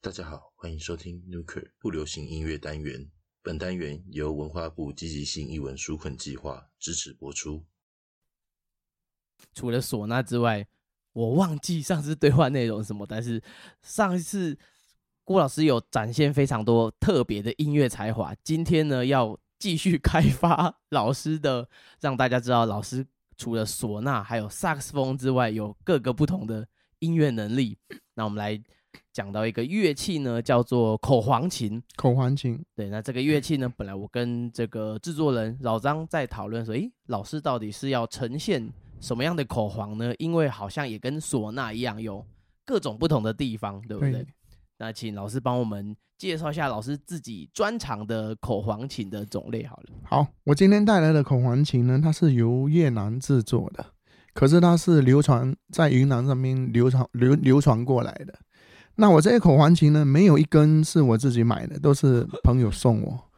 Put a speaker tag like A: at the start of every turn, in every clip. A: 大家好，欢迎收听 Nuker 不流行音乐单元。本单元由文化部积极性译文纾困计划支持播出。
B: 除了唢呐之外，我忘记上次对话内容是什么，但是上一次郭老师有展现非常多特别的音乐才华。今天呢，要继续 开发老师的，让大家知道老师除了唢呐还有萨克斯风之外，有各个不同的音乐能力。那我们来讲到一个乐器呢，叫做口簧琴。
C: 口环琴，
B: 对，那这个乐器呢，本来我跟这个制作人老张在讨论说，诶，老师到底是要呈现什么样的口簧呢？因为好像也跟唢呐一样，有各种不同的地方，对不对？
C: 对，
B: 那请老师帮我们介绍一下老师自己专长的口簧琴的种类好了。
C: 好，我今天带来的口环琴呢，它是由越南制作的，可是它是流传在云南上面流传流流传过来的。那我这些口环琴呢，没有一根是我自己买的，都是朋友送我。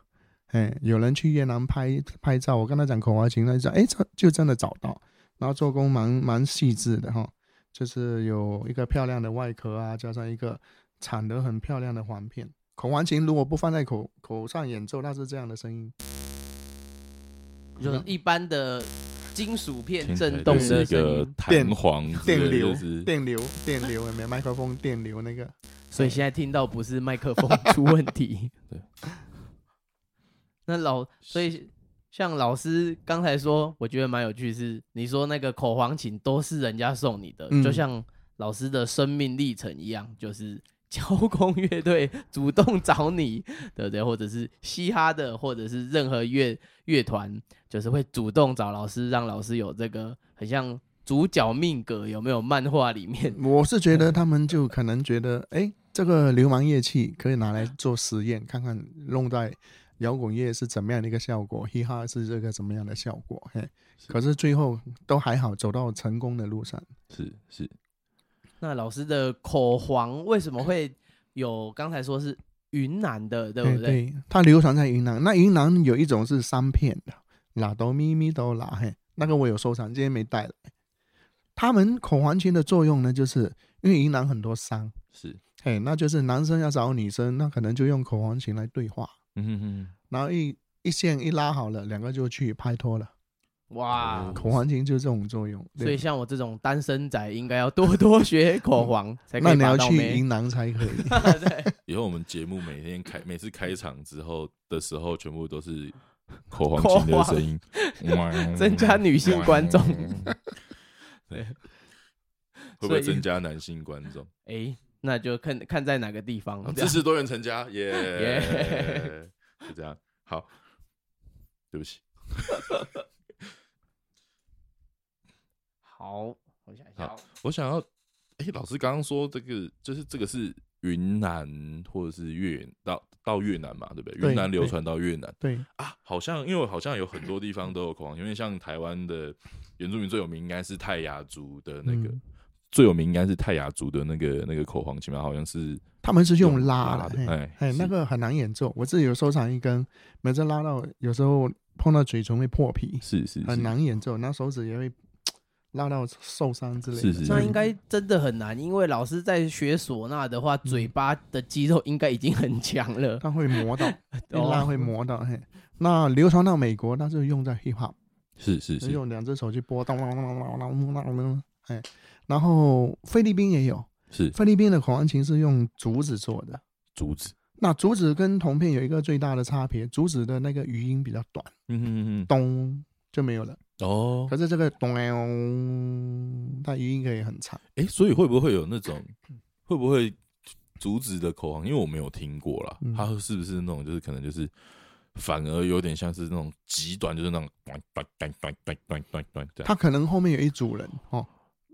C: 哎，有人去越南拍拍照，我跟他讲口环琴，他就讲，哎，这就真的找到，然后做工蛮蛮细致的哈，就是有一个漂亮的外壳啊，加上一个产得很漂亮的簧片。口环琴如果不放在口口上演奏，它是这样的声音。
B: 就是一般的金属片
D: 听起来
B: 震动
D: 就是
B: 的
D: 一
B: 声
D: 个
B: 音，
C: 电
D: 弹簧之类
C: 电
D: 的
C: 流
D: 就是，
C: 电流，电流，有没有麦克风电流那个？
B: 所以现在听到不是麦克风出问题。
D: 对。
B: 那老，所以像老师刚才说，我觉得蛮有趣是，你说那个口簧琴都是人家送你的，
C: 嗯
B: 就像老师的生命历程一样，就是 交工乐队主动找你，对不对？或者是嘻哈的，或者是任何乐乐团，就是会主动找老师，让老师有这个很像主角命格，有没有？漫画里面
C: 我是觉得他们就可能觉得，哎，这个流氓乐器可以拿来做实验，看看弄在摇滚乐是怎么样的一个效果，嘻哈是这个怎么样的效果。嘿，可是最后都还好，走到成功的路上。
D: 是是，
B: 那老师的口簧为什么会有刚才说是云南的，对不
C: 哎
B: 对？
C: 对，它流传在云南。那云南有一种是三片的，拉哆咪咪哆拉，嘿，那个我有收藏，今天没带来。他们口簧琴的作用呢，就是因为云南很多山，
D: 是，
C: 嘿，那就是男生要找女生，那可能就用口簧琴来对话，
D: 嗯哼哼，
C: 然后一一线一拉好了，两个就去拍拖了。
B: 哇！
C: 口簧琴就是这种作用。对
B: 所以像我这种单身仔，应该要多 多学口簧，才可
C: 那
B: 以
C: 你
B: 把
C: 要
B: 到
C: 去
B: 妹。
C: 云南才 可以。
B: 对，
D: 以后我们节目每天开每次开场之后的时候，全部都是口簧
B: 口
D: 琴的声音， 哇
B: 增加女性观众。
D: 对，会不
B: 所
D: 会
B: 以
D: 增加男性观众？
B: 哎，那就看看在哪个地方。
D: 好
B: 啊这
D: 支
B: 样
D: 持多元成家， 耶、
B: 耶
D: 就这样。好，对不起，
B: 好，我想一下哦，
D: 我想要，哎、老师刚刚说这个，就是这个是云南或者是越到到越南嘛，对不对？
C: 对
D: 云南流
C: 对
D: 传到越南
C: 对，
D: 啊，好像因为好像有很多地方都有口啊簧，因为像台湾的原住民最有名应该是泰雅族的那个，
C: 嗯
D: 最有名应该是泰雅族的那个那个口簧琴嘛，好像是
C: 他们是用
D: 用
C: 拉
D: 拉
C: 的，
D: 的
C: 嘿
D: 哎
C: 嘿，
D: 是
C: 那个很难演奏。我自己有收藏一根，每次拉到有时候碰到嘴唇会破皮，
D: 是是
C: 很
D: 是
C: 难演奏，那手指也会拉到受伤之类的。
D: 是是
B: 那应该真的很难，因为老师在学唢呐的话，
C: 嗯
B: 嘴巴的肌肉应该已经很强了。
C: 它会磨 到，一
B: 哦
C: 哎拉会磨到。嘿，那流传到美国，那就用在 hip hop。
D: 是是，
C: 就是用两只手去拨，当当当当当当当当，哎，然后菲律宾也有，
D: 是
C: 菲律宾的口簧琴是用竹子做的。
D: 竹子，
C: 那竹子跟铜片有一个最大的差别，竹子的那个余音比较短，
D: 嗯哼哼
C: 咚就没有了。
D: 哼，哦，
C: 可是这个咚，它余音可以很长。
D: 哎、所以会不会有那种，
C: 嗯
D: 会不会竹子的口簧？因为我没有听过啦，
C: 嗯
D: 它是不是那种就是可能就是反而有点像是那种极短，就是那种短短短短短短短短这样。
C: 它可能后面有一组人哦，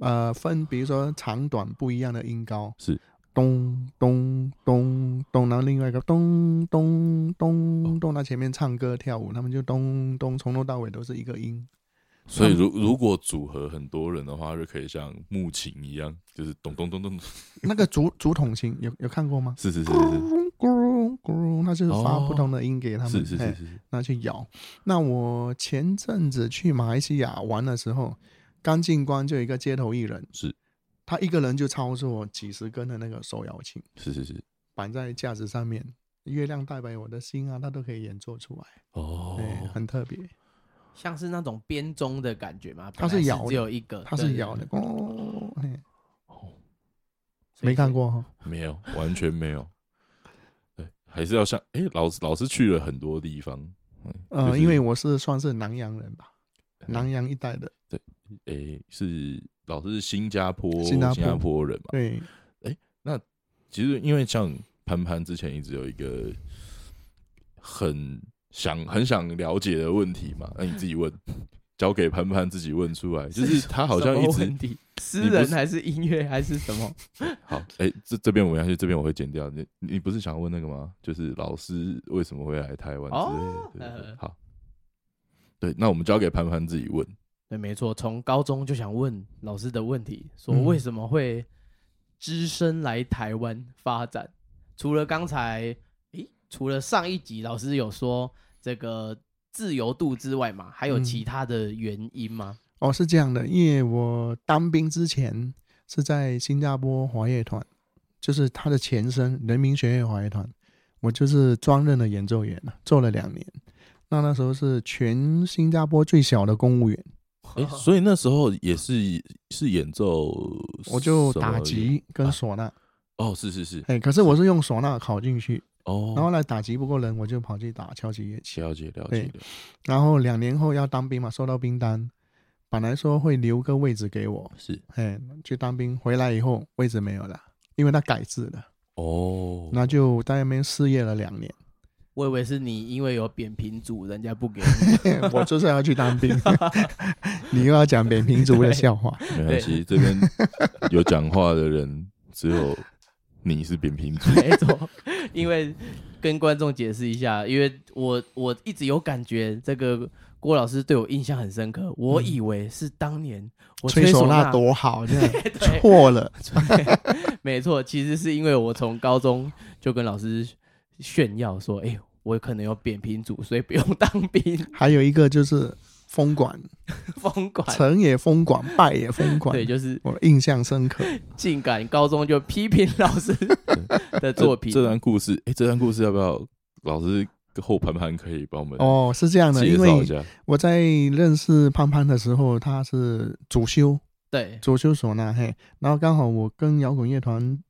C: 呃，分比如说长短不一样的音高
D: 是
C: 咚咚咚咚，然后另外一个咚咚咚咚，他前面唱歌跳舞，他们就咚咚，从头到尾都是一个音。
D: 所以如如果组合很多人的话，就可以像木琴一样，就是咚咚咚咚，咚
C: 那个竹竹筒琴有有看过吗？
D: 是是是
C: 咕噜咕噜咕噜，那就是发
D: 哦
C: 不同的音给他们，
D: 是是是
C: 嘿
D: 是是是，
C: 那去咬。那我前阵子去马来西亚玩的时候，刚进关就有一个街头艺人，
D: 是
C: 他一个人就操作几十根的那个手摇琴。
D: 是是是，
C: 摆在架子上面，月亮代表我的心啊，它都可以演奏出来，
D: 哦
C: 对，啊很特别。
B: 像是那种编钟的感觉嘛，
C: 它是
B: 本来
C: 摇的
B: 只有一个，
C: 它
B: 呃对
C: 是
B: 对
C: 摇的，
B: 对
C: 哦，嘿
D: 哦，
B: 所以
C: 没看
B: 是
C: 过哈。
D: 没有，完全没有。对，还是要像哎、老师老师去了很多地方，嗯就
C: 呃，
D: 是
C: 因为我是算是南洋人吧，
D: 嗯
C: 南洋一带的，
D: 哎、是老师是新加坡
C: 新加坡
D: 人嘛，
C: 对，
D: 其实因为像潘潘之前一直有一个很想很想了解的问题嘛，那你自己问，交给潘潘自己问出 来。就是他好像
B: 什
D: 一
B: 么
D: 直
B: 问题，
D: 你
B: 诗
D: 不
B: 人
D: 是
B: 还是音乐还是什么？
D: 好，哎、这这边我们下去，这边我会剪掉。你你不是想问那个吗？就是老师为什么会来台湾之类的？
B: 哦
D: 对对对
C: 嗯
B: 呃
D: 好，对，那我们交给潘潘自己问。
B: 对，没错，从高中就想问老师的问题，说
C: 嗯
B: 为什么会只身来台湾发展？除了刚才，诶，除了上一集老师有说这个自由度之外嘛，还有
C: 嗯
B: 其他的原因吗？
C: 哦，是这样的，因为我当兵之前是在新加坡华乐团，就是它的前身人民学院华乐团，我就是专任的演奏员了，做了两年。那那时候是全新加坡最小的公务员，
D: 哎、所以那时候也是是演奏什么，
C: 我就打击跟唢呐，
D: 哦，是是是，
C: 哎，可是我是用唢呐考进去，
D: 哦，
C: 然后呢打击不过人，我就跑去打敲击乐器。
D: 了解了
C: 对
D: 解了
C: 然后两年后要当兵嘛，收到兵单，本来说会留个位置给我，
D: 是
C: 哎，去当兵回来以后位置没有了，因为他改制了。
D: 哦，
C: 那就在那边失业了两年，
B: 我以为是你因为有扁平足，人家不给你。
C: 我就是要去当兵。 你又要讲扁平足的笑话，
D: 没关系，这 边有讲话的人只有你是扁平 足，
B: 没错，因为跟观众解释一下，因为我我一直有感觉这个郭老师对我印象很深刻，我以为是当年我
C: 嗯
B: 唢
C: 吹唢呐多好，这样
B: 对
C: 错了。
B: 没错，其实是因为我从高中就跟老师炫耀说，哎、我可能有扁平足，所以不用当兵，
C: 还有一个就是风管，
B: 疯 管。
C: 成也风管，败也 风管
B: 对，，就是
C: 我印象深刻。
B: 竟敢高中就批评老师的作品，
D: 这段故事，哎、这段故事要不要老师后盘盘可以帮我们
C: 哦，是这样的，
D: 介
C: 因
D: 绍一
C: 为
D: 下？
C: 我在认识潘潘的时候，他是主修
B: 对
C: 主修唢呐，嘿，然后刚好我跟摇滚乐团、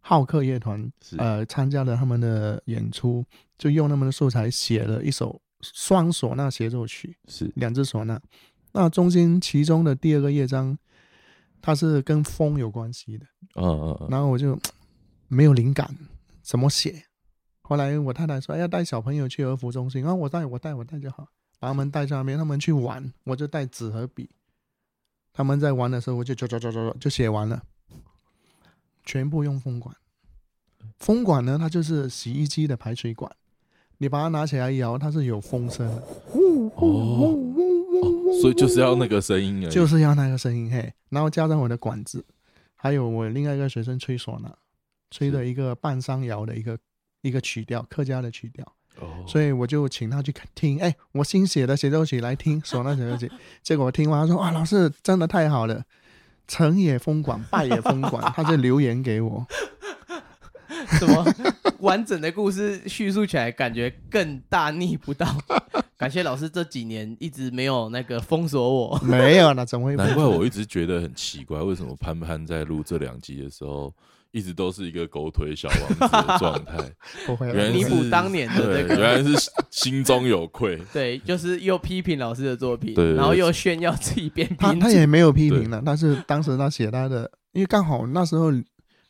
C: 浩克乐团
D: 是
C: 呃参加了他们的演出，就用他们的素材写了一首双唢呐协奏曲，
D: 是
C: 两只唢呐。那中间其中的第二个乐章，它是跟风有关系的，
D: 嗯嗯嗯，
C: 然后我就没有灵感，怎么写？后来我太太说哎要带小朋友去儿福中心，啊，我带我带我带就好，把他们带上面，他们去玩，我就带纸和笔。他们在玩的时候，我就就就就就就写完了，全部用风管。风管呢，它就是洗衣机的排水管，你把它拿起来摇，它是有风声的，
D: 哦哦，所以就是要那个声音而已，
C: 就是要那个声音嘿，然后加上我的管子，还有我另外一个学生吹唢呐，吹的一个半山摇的一个一个曲调，客家的曲调，
D: 哦，
C: 所以我就请他去听，哎，我新写的协奏曲来听唢呐协奏曲， 结果听完他说哇，老师真的太好了，成也风管，败也风管，他就留言给 我，
B: 什么完整的故事叙述起来，感觉更大逆不 道。感谢老师这几年一直没有那个封锁我，
C: 没有了，怎么会不
D: 难怪我一直觉得很奇怪，为什么潘潘在录这两集的时候，一直都是一个狗腿小王子的状态？
C: 不会啊
D: 原来
B: 弥
D: 是
B: 补当年的
D: 对
B: 这个
D: 原来是心中有愧。
B: 对，就是又批评老师的作品，
D: 对对对
B: 然后又炫耀自己变
C: 他
B: 平
C: 他也没有批评了，但是当时他写他的，因为刚好那时候《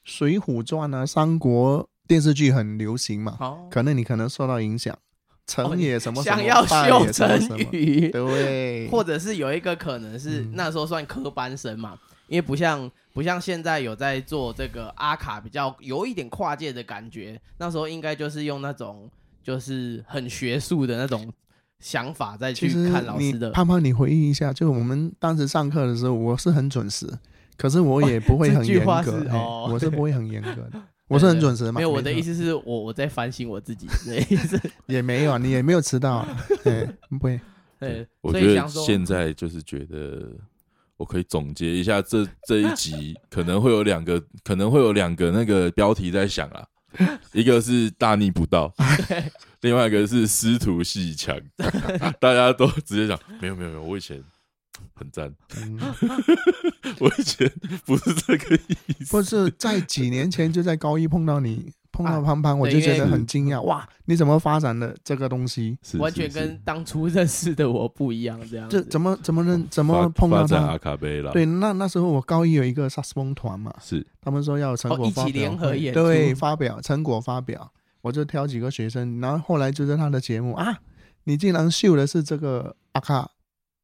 C: 水浒传》啊、三国电视剧很流行嘛，
B: 好，
C: 可能你可能受到影响，成也什么什么，
B: 哦想要
C: 败也
B: 秀
C: 什么
B: 成
C: 什么，
B: 语，
C: 对，
B: 或者是有一个可能是
C: 嗯
B: 那时候算科班生嘛，因为不像不像现在有在做这个阿卡比较有一点跨界的感觉，那时候应该就是用那种就是很学术的那种想法再去
C: 其实
B: 看老
C: 你
B: 师的。
C: 胖胖，你回忆一下，就我们当时上课的时候，我是很准时，可是我也不会
B: 这
C: 很
B: 句
C: 严
B: 话
C: 格
B: 是，
C: 哎
B: 哦
C: 我是不会很严格 的，我是很准时嘛。
B: 没有，我的意
C: 错
B: 思是我我在反省我自 己的意思。
C: 也没有，你也没有迟 到啊，哎，不会，
B: 对，
D: 我
B: 所
D: 觉
B: 以
D: 得
B: 想说，
D: 现在就是觉得，我可以总结 一下这这一集可能会有两个，可能会有两个那个标题在想啊，一个是大逆 不道，另外一个是师徒戏强，大家都直接讲没有没有没有，我以前很赞，
C: 嗯
D: 我以前不是这个意思
C: 不。是在几年前就在高一碰 到你，碰到
B: 啊
C: 潘潘，我
B: 对
C: 就
B: 因为嗯
C: 觉得很惊讶，哇，你怎么发展的这个东西？
D: 是
B: 完全
D: 是是
B: 跟当初认识的我不一样，这样
C: 这
B: 子
C: 怎么怎么能怎么
D: 发
C: 碰到
D: 发展阿啊
C: 他？
D: 卡贝拉？
C: 对，，那那时候我高一有一个萨克斯风团嘛，
D: 是
C: 他们说要有成
B: 哦
C: 果
B: 一
C: 发表会、
B: 起联合演
C: 对，
B: 出
C: 发表成果发表，我就挑几个学生，然后后来就是他的节目啊，你竟然秀的是这个阿卡，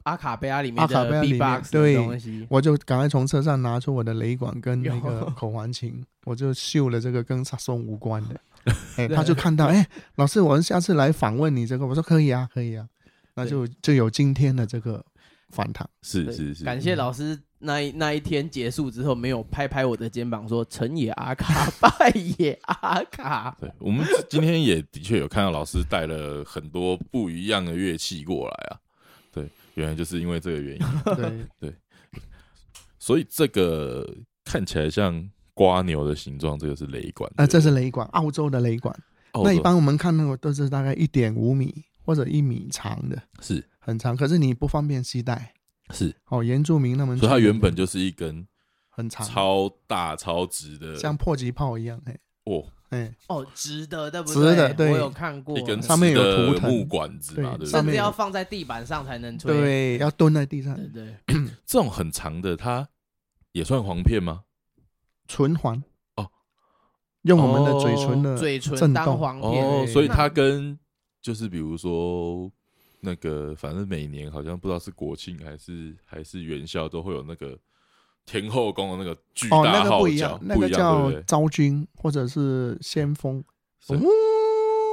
B: 阿卡贝拉里面
C: 阿卡贝
B: 的
C: 拉里面
B: B-box 的
C: 对
B: 东西，
C: 我就赶快从车上拿出我的雷管跟那个
B: 哟
C: 口簧琴，我就秀了这个跟萨松无关 的，哎，他就看到，哎，老师，我们下次来访问你这个，我说可以啊，可以啊，那就就有今天的这个反 弹，
D: 是
B: 对
D: 是是，
B: 感谢老师那一那一天结束之后，没有拍拍我的肩膀说成也阿卡，败也阿卡。
D: 对，我们今天也的确有看到老师带了很多不一样的乐器过来啊。对，原来就是因为这个原因，
C: 对，
D: 所以这个看起来像瓜牛的形状，这个是雷管
C: 啊，这
D: 对
C: 是雷管，澳洲的雷管。
D: 不对
C: 那一
D: 哦
C: 般我们看那个都是大概一点五米或者一米长的，
D: 是
C: 很长，可是你不方便携带。
D: 是，
C: 哦，原住民他们
D: 所以它
C: 去
D: 原本就是一根
C: 很长，
D: 超大超直的，
C: 像迫击炮一样，哎
D: 哦
C: 哎，
B: 哦，直的，对不
C: 直的对
B: 我有看过
D: 一，根
C: 上面有
D: 直的
C: 图腾
D: 木管子嘛，
C: 对
D: 对不
C: 上
B: 甚
D: 对？
C: 面
B: 至
C: 有
B: 要放在地板上才能吹。
C: 对，要蹲在地上，
B: 对对，哦
D: 这种很长的，它也算簧片吗？
C: 唇环
D: 哦，
C: 用我们的嘴
D: 哦
C: 唇的
B: 嘴唇
C: 震
B: 当
C: 动
B: 簧片，
D: 哦，
C: 对
D: 所以
B: 那
D: 它跟就是比如说那个，反正每年好像不知道是国庆还是还是元宵，都会有那个天后宫的那个巨
C: 哦，
D: 大
C: 那个
D: 号
C: 不一
D: 角，
C: 样，那
D: 不
C: 个
D: 一样
C: 叫
D: 对不对
C: 昭君或者是先锋，
D: 是
C: 呜，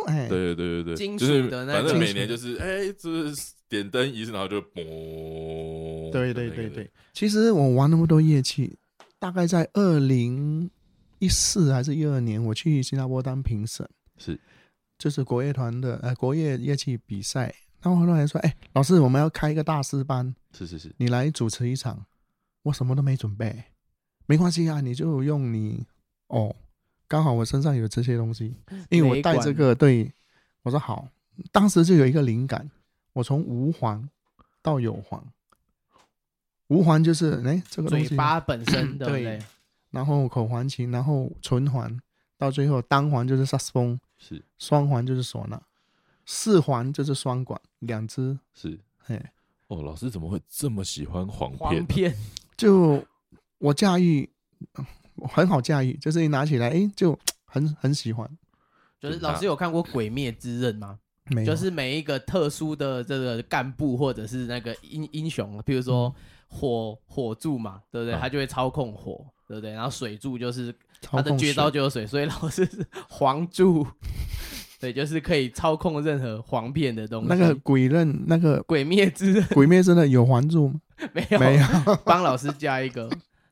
C: 哎，
D: 对对对对，
B: 金
D: 就
B: 属
D: 是
B: 的那
D: 反
C: 种
D: 正每年就是哎，就是点灯仪式，然后就嘣，
C: 对对
D: 就那
C: 对
D: 个
C: 对，其实我玩那么多乐器，大概在二零一四还是一二年，我去新加坡当评审，
D: 是
C: 就是国乐团的呃国乐乐器比赛。然后后来说，哎，老师，我们要开一个大师班，
D: 是是是，
C: 你来主持一场。我什么都没准备，没关系啊，你就用你哦，刚好我身上有这些东西，
B: 嗯
C: 因为我带这个，对，我说好，当时就有一个灵感，我从无环到有环，无环就是哎这个东
B: 嘴
C: 西，
B: 巴本身，对不
C: 对嗯
B: 对？
C: 然后口环琴，然后唇环，到最后单环就是萨克斯风，
D: 是
C: 双环就是唢呐，四环就是双管，两只，
D: 是。
C: 嘿，
D: 哦，老师怎么会这么喜欢簧片
B: 簧
D: 呢？
B: 片
C: 就我驾驭嗯很好驾驭，就是一拿起来，哎，就很很喜欢，
B: 就是老师有看过《鬼灭之刃》吗？
C: 没有，啊
B: 就是每一个特殊的这个干部或者是那个英英雄，啊比如说火火柱嘛，对不对？
D: 嗯
B: 他就会操控火，对不对？然后水柱就是
C: 操
B: 他的
C: 控
B: 绝
C: 水
B: 招就有水，所以老师是黄柱， 对，就是可以操控任何黄片的东西。
C: 那个鬼刃，那个
B: 鬼灭之刃
C: 鬼灭真的有环住吗？
B: 没有
C: 没有。
B: 帮老师加一个。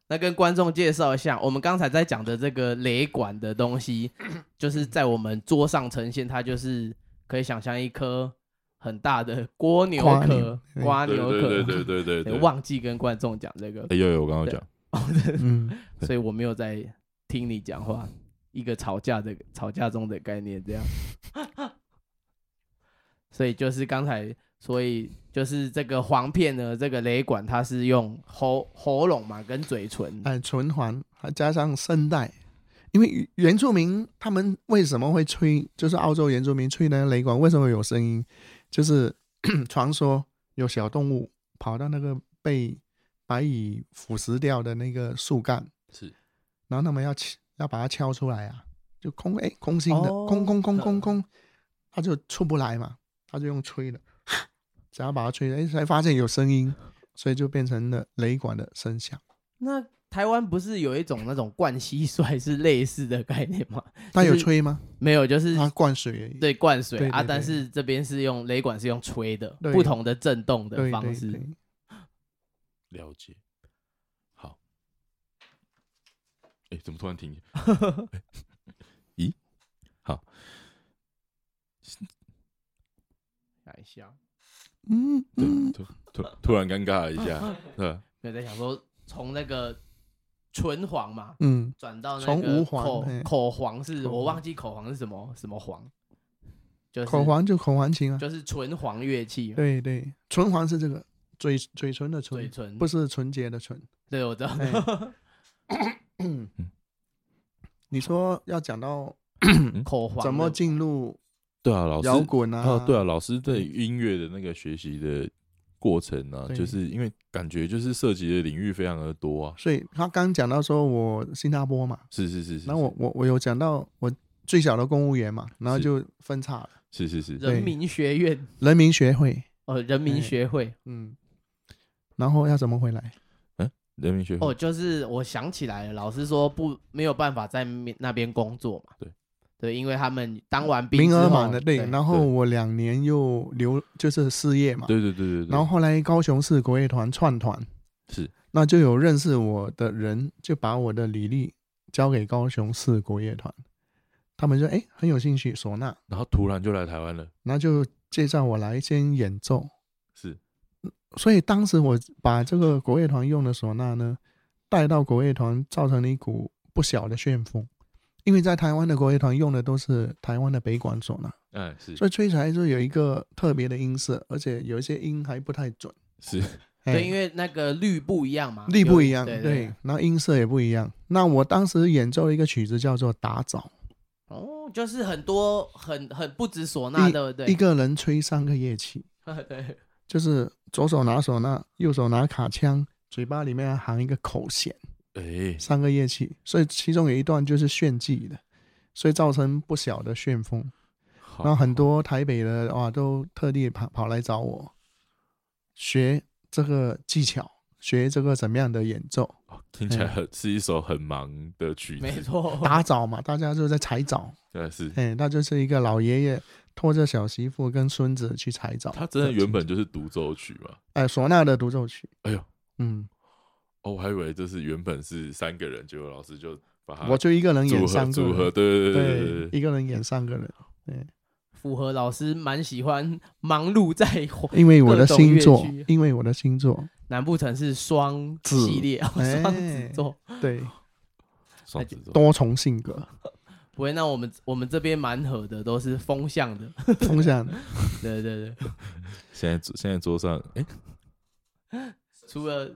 B: 那跟观众介绍一下，我们刚才在讲的这个雷管的东 西，就是在我们桌上呈现，它就是可以想象一颗很大的蜗牛
C: 瓜
B: 壳
C: 牛、对
B: 瓜
D: 对
B: 牛壳。
D: 对对对对对
B: 对
D: 对，
B: 忘记跟观众讲这个，
D: 哎呦呦，我刚刚讲。
C: 嗯，
B: 所以我没有在听你讲话。一个吵架的吵架中的概念， 这样。所以就是刚才，所以就是这个簧片呢，这个雷管它是用喉喉咙嘛跟嘴唇，
C: 哎，唇环还加上声带，因为原住民他们为什么会吹，就是澳洲原住民吹那个雷管为什么有声音，就是 传说有小动物跑到那个被白蚁腐蚀掉的那个树干，
D: 是
C: 然后他们要敲要把它敲出来啊，就空哎空心的，
B: 哦
C: 空空空空空，它就出不来嘛，它就用吹的， 只要把它吹，哎才发现有声音，所以就变成了雷管的声响。
B: 那台湾不是有一种那种灌蟋蟀是类似的概念 吗？
C: 它有
B: 就是
C: 吹吗？
B: 没有，就是
C: 它灌水而已。
B: 对灌水
C: 啊对对
B: 啊，
C: 对
B: 但是这边是用雷管是用吹的，
C: 对
B: 不同的震动的
C: 对
B: 方
C: 对
B: 式。
C: 对
D: 了解。好。哎，怎么突然停？咦，好，
B: 想一下，
C: 嗯
D: 对
C: 嗯，
D: 突突突然尴尬了一下，对吧，啊
B: 我在想说，从那个纯黄嘛，
C: 嗯，
B: 转到那
C: 从
B: 个
C: 无黄
B: 口
C: 嘿
B: 口黄是
C: 口
B: 我
C: 黄
B: 忘记口黄是什么什么黄，就是
C: 口黄就口黄琴啊，
B: 就是纯黄乐器，
C: 对对，唇黄是这个嘴嘴唇的
B: 嘴
C: 唇，
B: 唇
C: 不是纯洁的纯。
B: 对我知道，
C: 你说要讲到
B: 口黄
C: 怎么
B: 的
C: 进入
D: 对啊，老师
C: 摇滚啊？
D: 啊，对啊，老师对音乐的那个学习的过程啊，
C: 对
D: 就是因为感觉就是涉及的领域非常的多啊。
C: 所以他刚讲到说我新加坡嘛，
D: 是是是是，
C: 然后我我我有讲到我最小的公务员嘛，然后就分叉了，
D: 是是是，
B: 人民学院
C: 人民学会，
B: 哦，人民
C: 哎
B: 学会
C: 嗯，然后要怎么回来？
D: 人民学会
B: 哦，就是我想起来了，老师说不没有办法在那那边工作嘛，
D: 对
B: 对，因为他们当完兵
C: 名
B: 之后
C: 额满了，对，然后
D: 对
C: 我两年又留就是失业嘛，
D: 对对对对对，
C: 然后后来高雄市国乐团串团，
D: 是
C: 那就有认识我的人就把我的履历交给高雄市国乐团，他们就哎很有兴趣唢呐，
D: 然后突然就来台湾了，
C: 那就介绍我来先演奏，
D: 是
C: 所以当时我把这个国乐团用的唢呐呢，带到国乐团，造成了一股不小的旋风。因为在台湾的国乐团用的都是台湾的北管唢呐，
D: 哎是
C: 所以吹起来就有一个特别的音色，而且有一些音还不太准。
D: 是
C: 哎
B: 对，因为那个律不一样嘛，
C: 力不一样，
B: 啊有对
C: 然后音色也不一样。那我当时演奏了一个曲子叫做《打枣
B: 哦，就是很多很很不止唢呐，对不》，对？
C: 一个人吹三个乐器，
B: 对，
C: 就是左手拿唢呐，右手拿卡枪，嘴巴里面还含一个口弦，
D: 哎
C: 三个乐器，所以其中有一段就是炫技的，所以造成不小的旋风。
D: 好
C: 然后很多台北的哇，都特地跑跑来找我学这个技巧，学这个怎么样的演奏，
D: 哦听起来
C: 哎
D: 很是一首很忙的曲
B: 没
D: 子，
B: 错，
C: 打枣嘛，大家就在采枣。
D: 对是。
C: 哎，那就是一个老爷爷拖着小媳妇跟孙子去采枣。
D: 他真的原本就是独奏曲嘛？
C: 哎唢呐的独奏曲，
D: 哎呦，
C: 嗯，
D: 哦，我还以为这是原本是三个人，结果老师就把它
C: 我就一个人
D: 啊组
C: 演
D: 合
C: 三个
D: 组合，
C: 人，
D: 对对对对
C: 对，一个人演三个人，
B: 符合老师蛮喜欢忙碌在火
C: 因为我的星
B: 各
C: 座
B: 种乐，曲
C: 因为我的星 座，
B: 难不成是双
C: 子
B: 系列？哦
C: 哎
B: 双子座
C: 对，
D: 双子座，
C: 多重性格
B: 不会？那我们我们这边蛮合的，都是风向的，
C: 风向，
B: 对对对，
D: 现在桌现在桌上，哎，
B: 除了。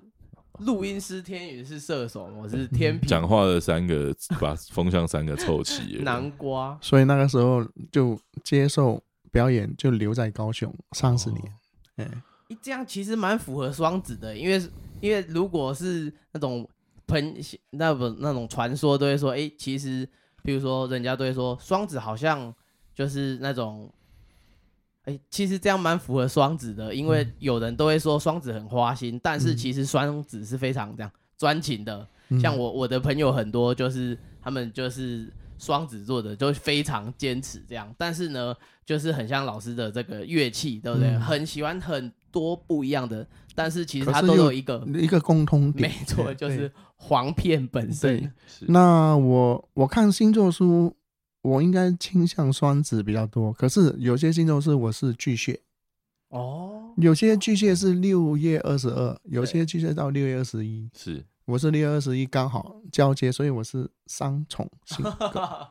B: 录音师天宇是射手，我是天平，，
D: 嗯讲话的三个把风向三个凑齐
B: 南瓜，
C: 所以那个时候就接受表演，就留在高雄三
D: 哦
C: 十年。哎，
B: 一这样其实蛮符合双子的，因为因为如果是那种朋那不那种传说都会说，哎、其实比如说人家都会说双子好像就是那种，哎、其实这样蛮符合双子的，因为有人都会说双子很花心，但是
C: 嗯
B: 其实双子是非常这样专情的，
C: 嗯
B: 像我我的朋友很多，就是他们就是双子座的，就非常坚持这样。但是呢，就是很像老师的这个乐器，对不对？
C: 嗯
B: 很喜欢很多不一样的，但是其实
C: 可
B: 他
C: 是
B: 都
C: 又嗯
B: 有一个，
C: 一个共通
B: 没
C: 点，
B: 错，
C: 哎
B: 就是黄片本身
C: 对。
D: 是
C: 那我我看星座书，我应该倾向双子比较多，可是有些星座是我是巨蟹，
B: 哦，
C: 有些巨蟹是六月二十二，有
B: 对
C: 些巨蟹到六月二十一，
D: 是
C: 我是六月二十一刚好交接，所以我是三重性格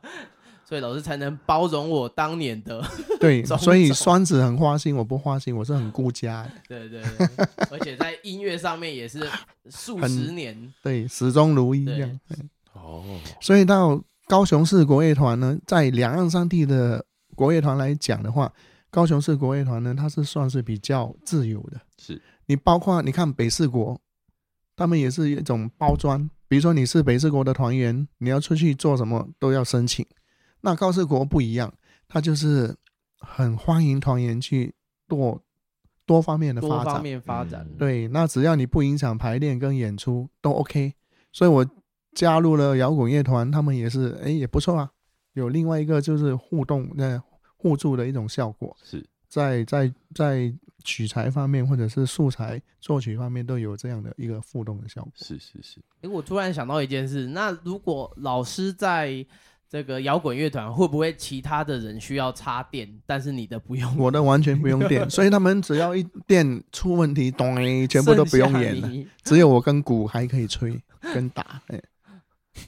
B: 所以老师才能包容我当年的，
C: 对，
B: 中
C: 所以
B: 种
C: 双子很花心，我不花心，我是很顾家的，
B: 对对对，而且在音乐上面也是数
C: 很
B: 十年，
C: 对，始终如一这样。
D: 哦，
C: 所以到高雄市国乐团呢，在两岸三地的国乐团来讲的话，高雄市国乐团呢，它是算是比较自由的。
D: 是
C: 你包括你看北四国，他们也是一种包装，比如说你是北四国的团员，你要出去做什么都要申请。那高四国不一样，它就是很欢迎团员去多多方面的
B: 多
C: 发
B: 方
C: 展。
B: 面发展。
D: 嗯
C: 对，那只要你不影响排练跟演出都 OK。所以我加入了摇滚乐团，他们也是哎也不错啊，有另外一个就是互动呃互助的一种效果，
D: 是
C: 在在在取材方面或者是素材作曲方面都有这样的一个互动的效果。
D: 是是是，
B: 诶，我突然想到一件事，那如果老师在这个摇滚乐团，会不会其他的人需要插电，但是你的不用？
C: 我的完全不用 电，所以他们只要一电出问题，咚，全部都不用演了
B: 剩下，你
C: 只有我跟鼓还可以吹跟打，哎，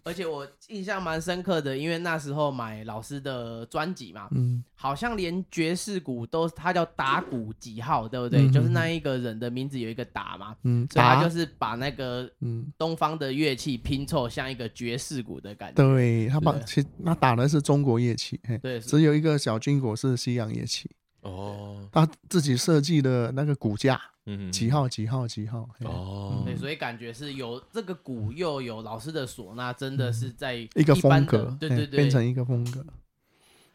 B: 而且我印象蛮深刻的，因为那时候买老师的专辑嘛，
C: 嗯，
B: 好像连爵士鼓都他叫打鼓几号，对不对？
C: 嗯
B: 就是
C: 嗯
B: 那一个人的名字有一个打嘛，
C: 嗯，
B: 所以他
C: 打
B: 就是把那个
C: 嗯，
B: 东方的乐器拼凑，像一个爵士鼓的感觉。
C: 对他把
B: 对
C: 其那打的是中国乐器，嘿，
B: 对，
C: 只有一个小军国是西洋乐器，
D: 哦，
C: 他自己设计的那个骨架
D: 嗯，
C: 几号几号几号，嘿
D: 哦，
C: 嗯
B: 对，所以感觉是有这个鼓，又有老师的唢呐，真的是在
C: 嗯一个
B: 般
C: 风
B: 的
C: 格，
B: 对
C: 嘿
B: 对对，
C: 变成一个风格。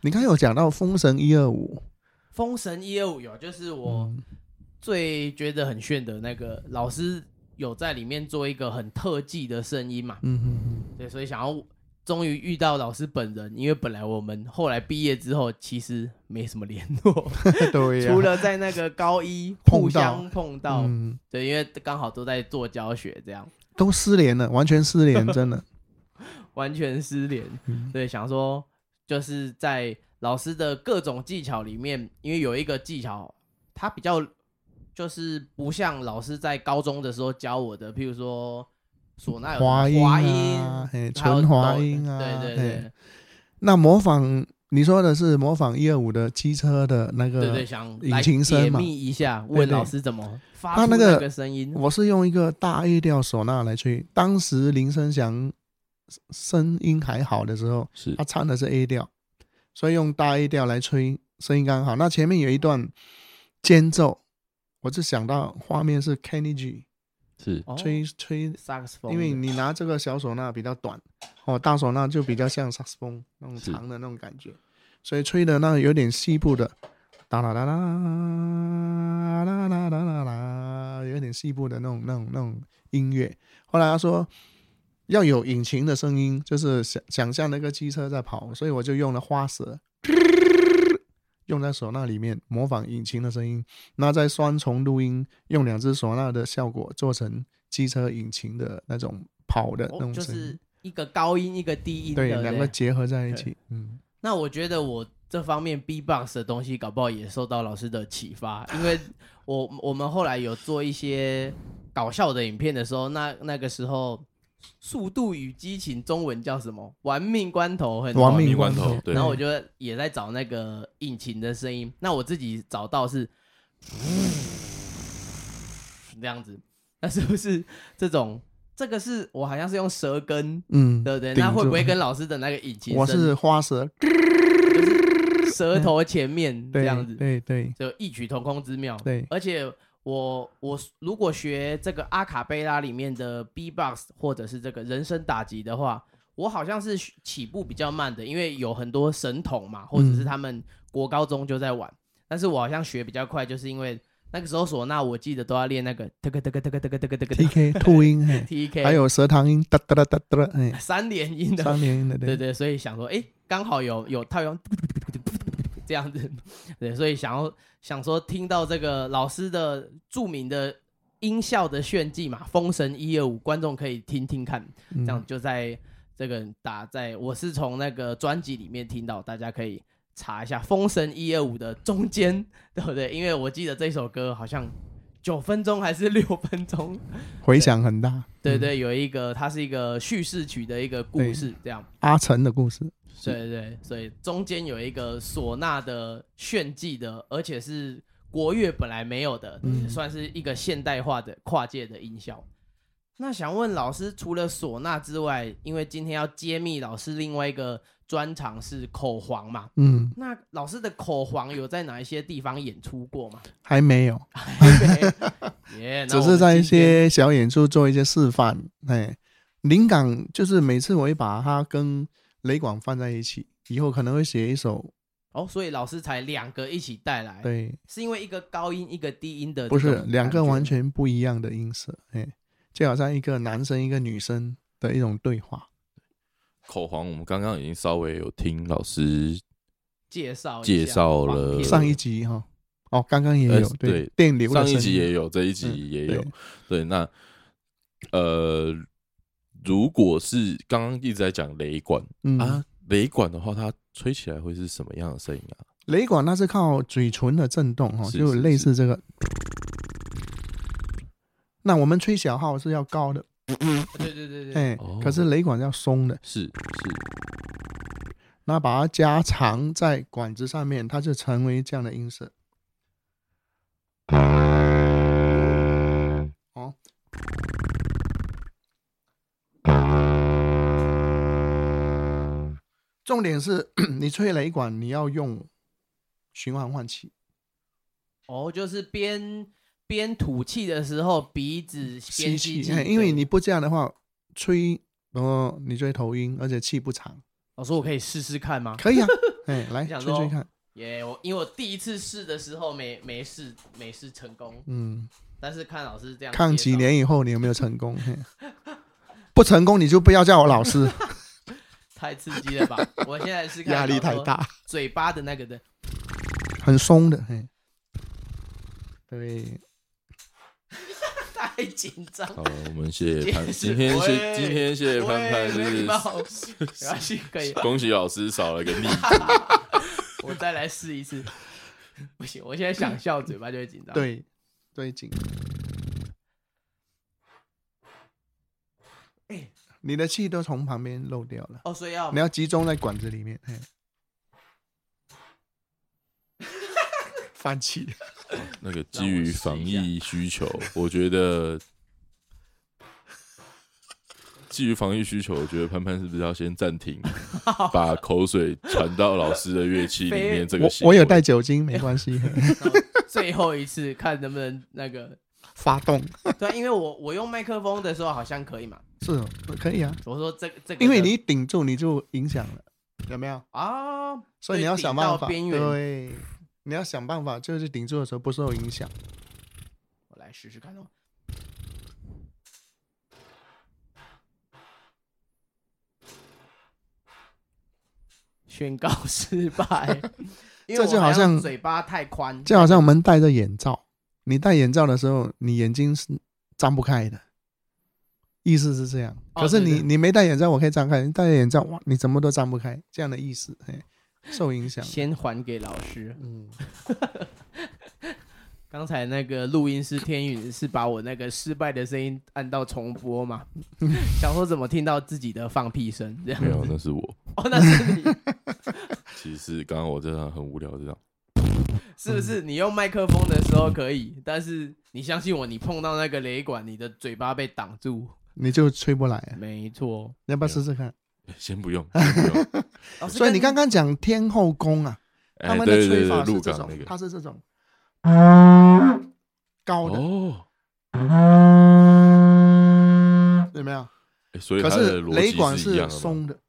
C: 你刚才有讲到《封神一二五
B: 《封神一二五》有，就是》，我
C: 嗯
B: 最觉得很炫的那个老师有在里面做一个很特技的声音嘛，
C: 嗯嗯嗯，
B: 对，所以想要终于遇到老师本人，因为本来我们后来毕业之后其实没什么联络，
C: 对呀，
B: 除了在那个高一
C: 碰
B: 互
C: 到
B: 相碰到，
C: 嗯，
B: 对，因为刚好都在做教学，这样
C: 都失联了，完全失 联，真的。
B: 完全失联。
C: 嗯
B: 对，想说就是在老师的各种技巧里面，因为有一个技巧，它比较就是不像老师在高中的时候教我的，譬如说唢呐有什么
C: 滑音
B: 滑
C: 啊
B: 还
C: 嘿
B: 有
C: 纯滑
B: 抖的
C: 音啊
B: 对对对
C: 嘿那模仿你说的是模仿一二五的机车的那
B: 对对，
C: 个，
B: 想
C: 引
B: 来
C: 擎声
B: 解
C: 嘛
B: 密一下，
C: 对
B: 问
C: 对
B: 老师怎么发
C: 他
B: 出
C: 那
B: 那
C: 个
B: 个声音。
C: 我是用一个大 A 调唢呐来吹。当时林声祥声音还好的时候，
D: 是
C: 他唱的是 A 调，所以用大 A 调来吹，声音刚好。那前面有一段间奏，我就想到画面是 Kenny G
D: 是
B: 哦
C: 吹吹
B: 萨克斯风的，
C: 因为你拿这个小唢呐比较短，哦，大唢呐就比较像萨克斯风那种
D: 是
C: 长的那种感觉，所以吹的那有点西部的，哒啦啦啦啦啦啦啦啦啦，有点西部的那种那种那种音乐。后来他说要有引擎的声音，就是想想象那个机车在跑，所以我就用了花舌。 用在唢呐里面模仿引擎的声音，那在双重录音用两只唢呐的效果做成机车引擎的那种跑的那
B: 哦
C: 种
B: 就
C: 声音，
B: 是一个高音一个低音的，
C: 对，
B: 不
C: 两个结合在一起，嗯，
B: 那我觉得我这方面 B-box 的东西，搞不好也受到老师的启发，因为我我们后来有做一些搞笑的影片的时候，那那个时候《速度与激情》中文叫什么？玩命关头很
C: 亡
D: 命
C: 命
D: 关
C: 关
D: 头
C: 头。
D: 对
B: 然后我就也在找那个引擎的声音，那我自己找到是这样子，那是不是这种？这个是我好像是用舌根，
C: 嗯，
B: 对不对？
C: 顶
B: 那会不
C: 住
B: 会跟老师的那个引擎声？
C: 我是花舌，
B: 就是舌头前面 这
C: 对
B: 样子，
C: 对对
B: 就异曲同工之妙。
C: 对，
B: 而且我我如果学这个阿卡贝拉里面的 B-box 或者是这个人声打击的话，我好像是起步比较慢的，因为有很多神童嘛，或
C: 嗯
B: 者是他们国高中就在玩，但是我好像学比较快，就是因为那个时候唢呐我记得都要练那个这个这个这个这个这个 这个
C: ，T K 吐音，嘿
B: T K，
C: 还有舌糖音，哒哒哒哒哒， 哎，
B: 三连音的
C: 三连音的，
B: 对
C: 对，
B: 对，所以想说，哎，刚好有有套用这样子， 对，所以想要想说听到这个老师的著名的音效的炫技嘛，《封神一二五》，观众可以听听看，
C: 这
B: 这样就在这个打在我是从那个专辑里面听到，大家可以查一下《封神一二五》的中间，对不对？因为我记得这首歌好像九分钟还是六分钟，
C: 回响很大，
B: 对
C: 嗯，
B: 对，有一个它是一个叙事曲的一个故
C: 对
B: 事，这样。
C: 阿成的故事，
B: 对对，所以中间有一个唢呐的炫技的，而且是国乐本来没有的，
C: 嗯
B: 算是一个现代化的跨界的音效。那想问老师，除了唢呐之外，因为今天要揭秘老师另外一个专长是口簧嘛，
C: 嗯，
B: 那老师的口簧有在哪一些地方演出过吗？
C: 还没有，
B: 耶，那
C: 只
B: 我
C: 是
B: 们
C: 在一
B: 今天
C: 些小演出做一些示范。哎，灵感就是每次我会把它跟雷管放在一起，以后可能会写一首。
B: 哦，所以老师才两个一起带来，
C: 对，
B: 是因为一个高音一个低音哎的这
C: 不
B: 种感
C: 是
B: 觉吗，
C: 两个完全不一样的音色，哎，就好像一个男生一个女生的一种对话。
D: 口簧，我们刚刚已经稍微有听老师
B: 介绍一
D: 介
B: 下
D: 绍
B: 簧
D: 了
B: 片
C: 上一集哈，哦，刚刚也
D: 呃
C: 有
D: 对
C: 对电流的
D: 上一
C: 声
D: 集
C: 音
D: 也有，这一集
C: 嗯
D: 也
C: 对
D: 有。对，那呃，如果是刚刚一直在讲雷管
C: 嗯
D: 啊，，雷管的话，它吹起来会是什么样的声音啊？
C: 雷管它是靠嘴唇的震动哈，
D: 是
C: 就是类
D: 是
C: 似这个。那我们吹小号是要高的，
B: 对对对对，
C: 哎、
D: 哦
C: 可是雷管要松的，
D: 是是，
C: 那把它加长在管子上面，它就成为这样的音色。哦，重点是 你吹雷管，你要用循环换气，
B: 哦，就是边边吐气的时候，鼻子边吸
C: 吸气，
B: 气
C: 哎，因为
B: 对
C: 你不这样的话，吹，然后你吹头音，而且气不长，
B: 我说我可以试试看吗？
C: 可 以啊，哎，来
B: 你想
C: 吹吹
B: 说
C: 看，
B: 耶、我因为我第一次试的时候没没试没试成功，
C: 嗯。
B: 但是看老师这样
C: 看
B: 介
C: 几
B: 绍，
C: 年以后你有没有成功？嘿 不成功你就不要叫我 老师，
B: 太刺激 了吧！我现在是看
C: 压力太，大，
B: 嘴巴的那个的，
C: 很松的。嘿，对，
B: 太紧张。
D: 好，我们谢谢
B: 今
D: 潘，
B: 天是
D: 今
B: 喂
D: 天谢今天谢谢潘潘，
B: 喂没礼貌
D: 就
B: 没关系，可 以
D: 是，恭喜老师少了个逆，
B: 我再来试一次。不行，我现在想笑，嘴巴就会紧张。，
C: 对，对紧。
B: 哎
C: 你的气都从旁边漏掉了，
B: 哦，所以要
C: 你要集中在管子里面。 嘿放弃。
D: 那个基于防疫需求，我觉得基于防疫需求，我觉得潘潘是不是要先暂停，把口水传到老师的乐器里面？这个
C: 我
D: 行为
C: 我有带酒精，没关系。嘿
B: 最后一次看能不能那个。
C: 发动
B: 对啊，因为我我用麦克风的时候好像可以嘛。
C: 是哦可以啊，
B: 我说这个这个的，
C: 因为你顶住你就影响了，有没有？
B: 啊，
C: 所
B: 被
C: 以你要
B: 顶
C: 想办
B: 到
C: 法，
B: 边缘
C: 对，你要想办法，就是顶住的时候不受影响。
B: 我来试试看哦。宣告失 败，因为
C: 这就
B: 我
C: 好像
B: 像嘴巴太宽，
C: 就好像我们戴着眼罩，你戴眼罩的时候，你眼睛是张不开的，意思是这样。
B: 哦
C: 可是
B: 对
C: 你、
B: 对
C: 你没戴眼罩，我可以张开；你戴着眼罩，哇，你怎么都张不开，这样的意思，嘿，受影响。
B: 先还给老师。
C: 嗯，
B: 刚才那个录音师天宇是把我那个失败的声音按到重播 嘛？想说怎么听到自己的放屁声这样？
D: 没有，那是我。
B: 哦，那是你，
D: 其实是刚刚我真的很无聊，这样
B: 是不
C: 嗯
B: 是？你用麦克风的时候可以，但是你相信我，你碰到那个雷管，你的嘴巴被挡住。
C: 你就吹不来啊，
B: 没错，
C: 要不要试试看？
D: 先不用，先不用。
B: 老师
C: 所以你
B: 跟
C: 刚刚讲天后宫啊，他
D: 哎，
C: 们的
D: 对
C: 吹
D: 对
C: 法
D: 对，
C: 是
D: 鹿
C: 这
D: 港
C: 种，
D: 那个
C: 它是这种高的，
D: 哦，
C: 有没有？
D: 哎所以
C: 可
D: 它
C: 是
D: 的
C: 雷管
D: 逻辑一
C: 是
D: 样的吗
C: 松的，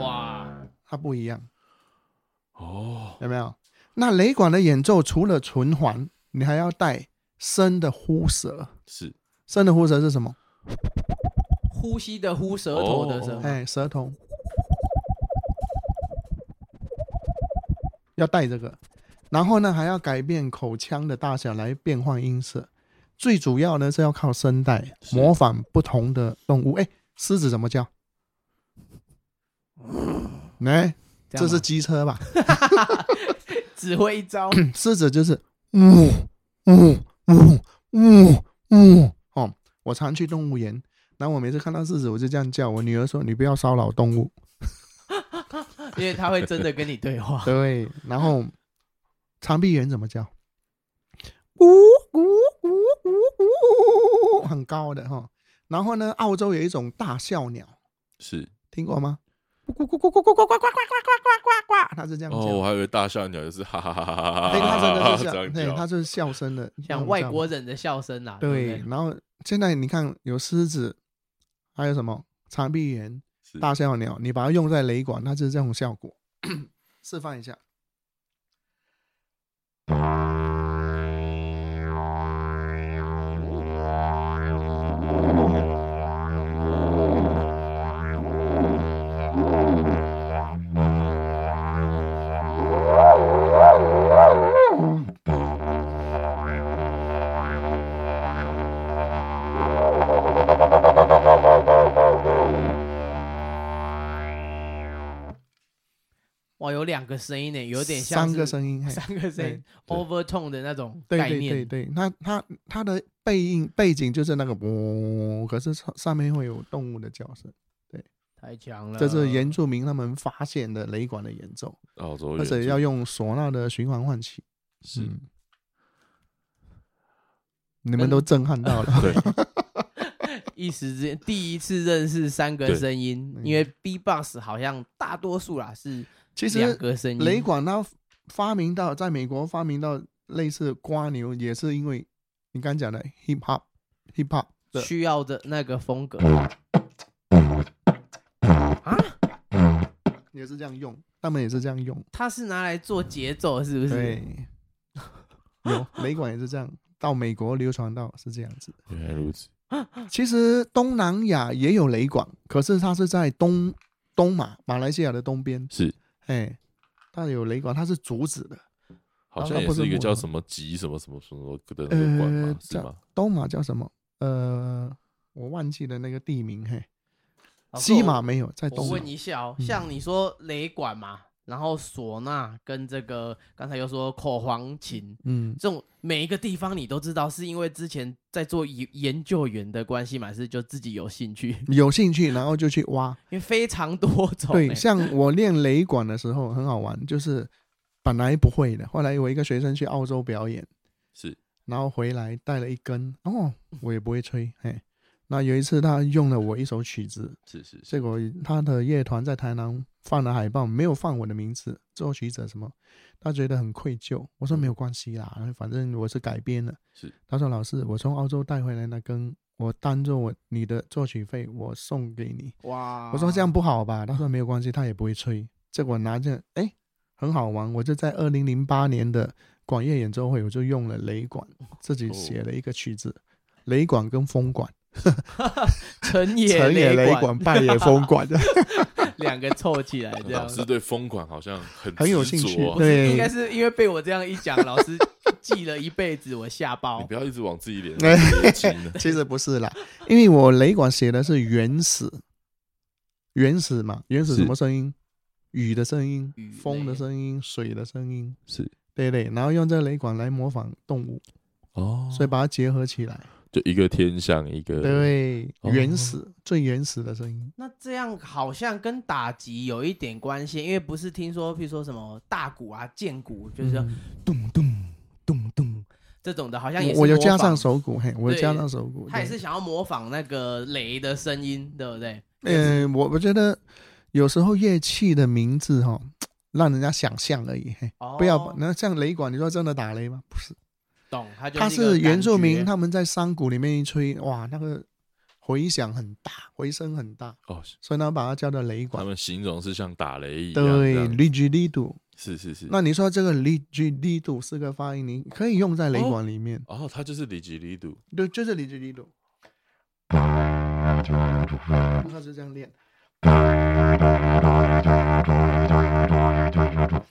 B: 哇，
C: 它不一样。
D: 哦，
C: 有没有？那雷管的演奏除了循环，你还要带深的呼舌。
D: 是
C: 深的呼舌是什么？
B: 呼吸的呼，舌头的舌
D: 哦，
C: 哎，舌头要带这个，然后呢还要改变口腔的大小来变换音色。最主要呢是要靠声带
D: 是
C: 模仿不同的动物。哎，狮子怎么叫？哎，
B: 样
C: 这
B: 吗
C: 是机车吧？
B: 只会一招。
C: 狮子就是呜呜呜呜呜哦。我常去动物园，然后我每次看到狮子，我就这样叫我女儿说：“你不要骚扰动物。
B: 因为他会真的跟你对” 话。
C: 对，然后长臂猿怎么叫？呜呜呜呜呜，很高的哈、然后呢，澳洲有一种大笑鸟，
D: 是
C: 听过吗？咕咕咕咕咕咕咕呱呱呱呱呱呱呱，它是这样叫。
D: 哦，我还以为大笑鸟就是哈哈哈哈哈哈，
C: 对，它真的是
D: 这
C: 笑，
D: 样
C: 对，
D: 叫
C: 它就是笑声的，
B: 像外国人的笑声啦、啊对
C: 嗯对
B: 不，
C: 然后现在你看有狮子，还有什么长臂猿、
D: 是
C: 大笑鸟，你把它用在雷管，它就是这种效果。示范一下，
B: 哇，有两个声音呢，有点像
C: 三个
B: 音，
C: 声音，嘿
B: 三个声音
D: 对
B: overtone 的那种
C: 对
B: 概
C: 对对
B: 念。
C: 对，它它它的背应背景就是那个嗡，可是上上面会有动物的叫声，
B: 太强了，
C: 这
B: 啊
C: 是原住民他们发现的雷管的演奏，
D: 澳洲
C: 而
D: 原
C: 且
D: 住
C: 要用唢呐的循环唤起。
D: 是
C: 嗯你们都震 撼到了，
D: 对
B: 一时之间第一次认识三个
D: 对
B: 声音，
C: 嗯
B: 因为 B-box 好像大多数啦是
C: 其实
B: 两个声音，
C: 雷管它发明到在美国发明到类似瓜牛，也是因为你刚讲的 hip hop hip hop 的
B: 需要的那个风格。
D: 嗯
C: 也是这样用，他们也是这样用，
B: 它是拿来做节奏，是不是？
C: 对，有雷管也是这样，到美国流传到是这样子。
D: 原来如此，
C: 其实东南亚也有雷管，可是它是在东东马马来西亚的东边，
D: 是
C: 哎，它有雷管，它是竹子的，
D: 好
C: 那
D: 像也
C: 不
D: 是
C: 是
D: 一个
C: 木
D: 叫
C: 头
D: 什么吉什么什么什么的那个馆
C: 呃
D: 嘛，是
C: 叫
D: 吗？
C: 东马叫什么？呃，我忘记了那个地名，嘿，
B: 老师
C: 西
B: 我
C: 马没有在
B: 啊我
C: 东马
B: 问，一下哦，
C: 嗯
B: 像你说雷管嘛，然后唢呐跟这个刚才又说口簧琴，
C: 嗯，
B: 这种每一个地方你都知道，是因为之前在做研研究员的关系嘛，还是就自己有兴趣？
C: 有兴趣然后就去挖。
B: 因为非常多种、
C: 对，
B: 欸
C: 像我练雷管的时候很好玩，就是本来不会的，后来我一个学生去澳洲表演，
D: 是
C: 然后回来带了一根，哦，我也不会吹，嘿。那有一次他用了我一首曲子，
D: 是是是，
C: 结果他的乐团在台南放了海报，没有放我的名字，作曲者什么，他觉得很愧疚。我说没有关系啦，反正嗯我是改编的。
D: 是，
C: 他说老师，我从澳洲带回来那根，我当做我你的作曲费，我送给你。
B: 哇
C: 我说这样不好吧？他说没有关系，他也不会吹。结果拿着，哎，很好玩。我就在二零零八年的管乐演奏会，我就用了雷管，自己写了一个曲子，雷管跟风管，
B: 成也
C: 成也雷管，败也风管，
B: 两个凑起来这
D: 老
B: 样。
D: 师对风管好像很
C: 哎啊很有
D: 执
C: 兴趣
D: 着啊
C: 对
B: 应该是因为被我这样一讲，老师记了一辈子，我吓
D: 你
B: 爆
D: 不。要一直往自己脸
C: 哎
D: 上贴金 了，
C: 其实不是啦，因为我雷管写的是原始，原始嘛，原始
D: 是
C: 什么声音？雨的声音
B: 雨、
C: 风的
B: 类
C: 声音、水的声音，
D: 是
C: 对对。然后用这个雷管来模仿动物，
D: 哦
C: 所以把它结合起来。
D: 就一个天象，一个
C: 对，
D: 哦
C: 原始最原始的声音，
B: 那这样好像跟打击有一点关系，因为不是听说，譬如说什么大鼓啊、剑鼓，就是说
C: 嗯
B: 咚咚咚咚这种的，好像也是
C: 我我有
B: 模
C: 加
B: 仿
C: 上，手鼓，嘿，我有
B: 对
C: 加上手鼓。
B: 他也
C: 对
B: 是想要模仿那个雷的声音，对不对？
C: 呃，我我觉得有时候乐器的名字哈、让人家想象而已，嘿，
B: 哦，
C: 不要把。那像雷管，你说真的打雷吗？不是，
B: 懂，他就
C: 它
B: 一个
C: 是原住民，
B: 感觉
C: 他们在山谷里面一吹，哇，那个回响很大，回声很大，
D: 哦，
C: 所以呢，把它叫做雷
D: 他
C: 管。
D: 们形容是像打雷一样这
C: 对
D: 样，
C: ，li g li do。
D: 是是是。
C: 那你说这个 li g li do 是个发音，你可以用在雷
D: 哦
C: 管里面，
D: 哦，他就是里吉里度，
C: 对，就是 li g li do。他就这样练，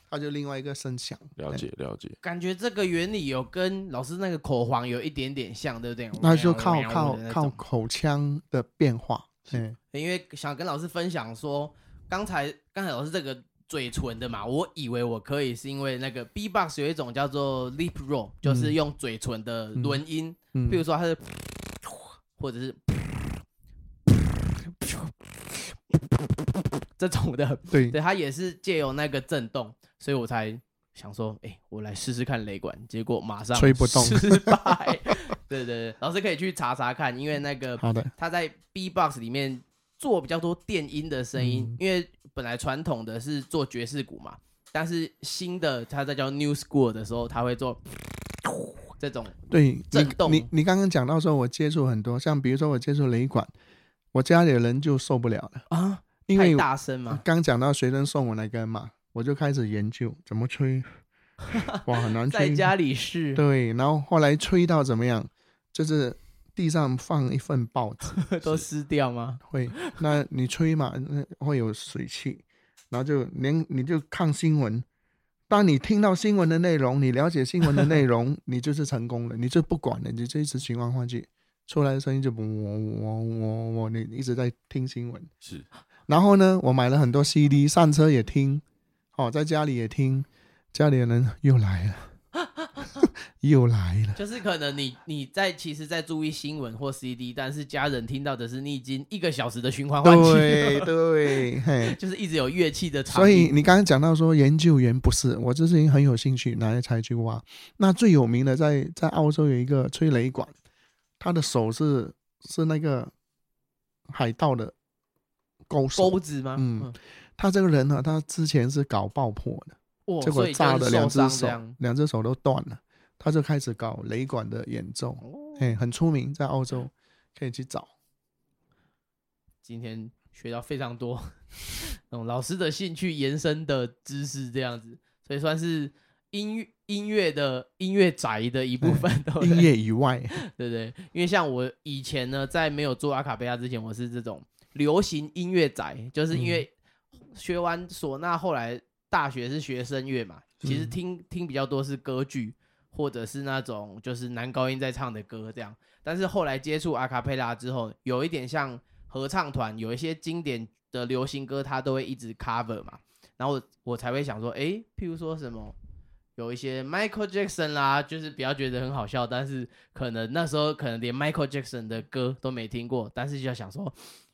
C: 他就另外一个声响。
D: 了解了解。
B: 感觉这个原理有跟老师那个口簧有一点点像，对不对？
C: 哎那就靠
B: 喵
C: 靠
B: 的那
C: 靠
B: 种
C: 口腔的变化。嗯，
B: 因为想跟老师分享说，刚才刚才老师这个嘴唇的嘛，我以为我可以是因为那个 B box 有一种叫做 lip roll，就是用嘴唇的轮音，
C: 嗯
B: 比如说它是，或者是这种的，
C: 对
B: 对，它也是借由那个震动，所以我才想说，哎、我来试试看雷管，结果马上
C: 吹不动
B: 失败。 对对对，老师可以去查查看，因为那个
C: 好的，
B: 他在 B-box 里面做比较多电音的声音，
C: 嗯
B: 因为本来传统的是做爵士鼓嘛，但是新的他在叫 New School 的时候，他会做这种
C: 对
B: 震动
C: 你你你刚刚讲到说，我接触很多，像比如说我接触雷管，我家里人就受不了了，
B: 啊，
C: 因为
B: 太大声嘛，
C: 刚讲到学生送我那根嘛，我就开始研究怎 么吹，哇，很难
B: 在
C: 吹。
B: 家里是
C: 嗯对，然后后来吹到怎么样，就是地上放一份报纸，
B: 都撕掉吗？
C: 会，那你吹嘛，那会有水汽，然后就连你就看新闻。当你听到新闻的内容，你了解新闻的 内容，你就是成功了，你就不管了，你就一直循环换去，出来的声音就我我我我，你一直在听新闻。
D: 是
C: 然后呢，我买了很多 CD，上车也听，哦，在家里也听，家里的人又来了， 又来 了，
B: 就是可能你你在其实，在注意新闻或 CD，但是家人听到的是你已经一个小时的循环换
C: 对
B: 气，
C: 对， 嘿。
B: 就是一直有乐器的场
C: 所以
B: 景。
C: 你刚刚讲到说研究员不是，我这事情很有兴趣，拿来才去挖。那最有名的在在澳洲有一个吹雷管，他的手是是那个海盗的勾手，
B: 钩子吗？
C: 嗯，他这个人呢，他之前是搞爆破的。
B: 哇，
C: 结
B: 哦所
C: 果
B: 以
C: 炸
B: 就
C: 的
B: 是受
C: 两只
B: 伤这
C: 手
B: 样，
C: 两只手都断了。他就开始搞雷管的演奏，
B: 哦
C: 哎、很出名，在澳洲可以去找。
B: 今天学到非常多那种老师的兴趣延伸的知识，这样子，所以算是音乐音乐的音乐宅的一部分，对 不对
C: 嗯音乐 以外，
B: 对不对？因为像我以前呢，在没有做阿卡贝拉之前，我是这种流行音乐宅，就是因
C: 嗯
B: 为学完唢呐，后来大学是学声乐嘛，其实
C: 嗯
B: 听、听比较多是歌剧，或者是那种就是男高音在唱的歌这样。但是后来接触阿卡贝拉之后，有一点像合唱团，有一些经典的流行歌，它都会一直 cover 嘛，然后我我才会想说，诶，譬如说什么。有一些 Michael Jackson 啦，就是比较觉得很好笑，但是可能那时候可能连 Michael Jackson 的歌都没听过，但是就想说，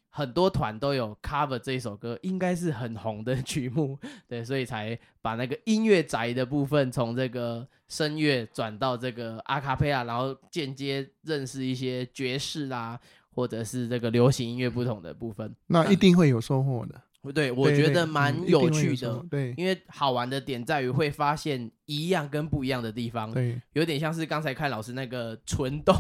B: 很多团都有 cover 这一首歌，应该是很红的曲目，对，所以才把那个音乐宅的部分从这个声乐转到这个阿卡贝拉，然后间接认识一些爵士啦，或者是这个流行音乐不同的部分。
C: 那一定会有收获的。
B: 对，我
C: 对
B: 觉
C: 对
B: 得
C: 嗯一
B: 蛮
C: 定
B: 有
C: 会
B: 趣
C: 收
B: 的
C: 获，对
B: 因为好玩的点在于会发现一样跟不一样的地方，
C: 对，
B: 有点像是刚才看老师那个唇动，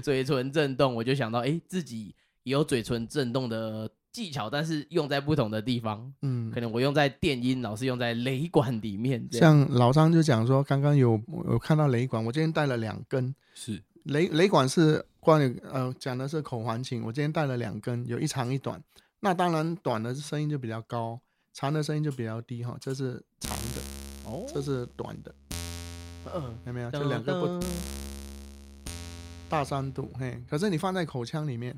B: 嘴唇震动，我就想到，哎、自己也有嘴唇震动的技巧，但是用在不同的地方，
C: 嗯
B: 可。能我用在电音，老师用在雷管里面，这样
C: 像老张就讲说，刚刚有有看到雷管，我今天带了两根。
D: 是
C: 雷雷管是关于呃讲的是口环琴，我今天带了两根，有一长一短。那当然短的声音就比较高，长的声音就比较低哈。这是长的，
B: 哦，
C: 这是短的，
B: 嗯，
C: 有没有？这两个不
B: 噔
C: 大三度，嘿，可是你放在口腔里面，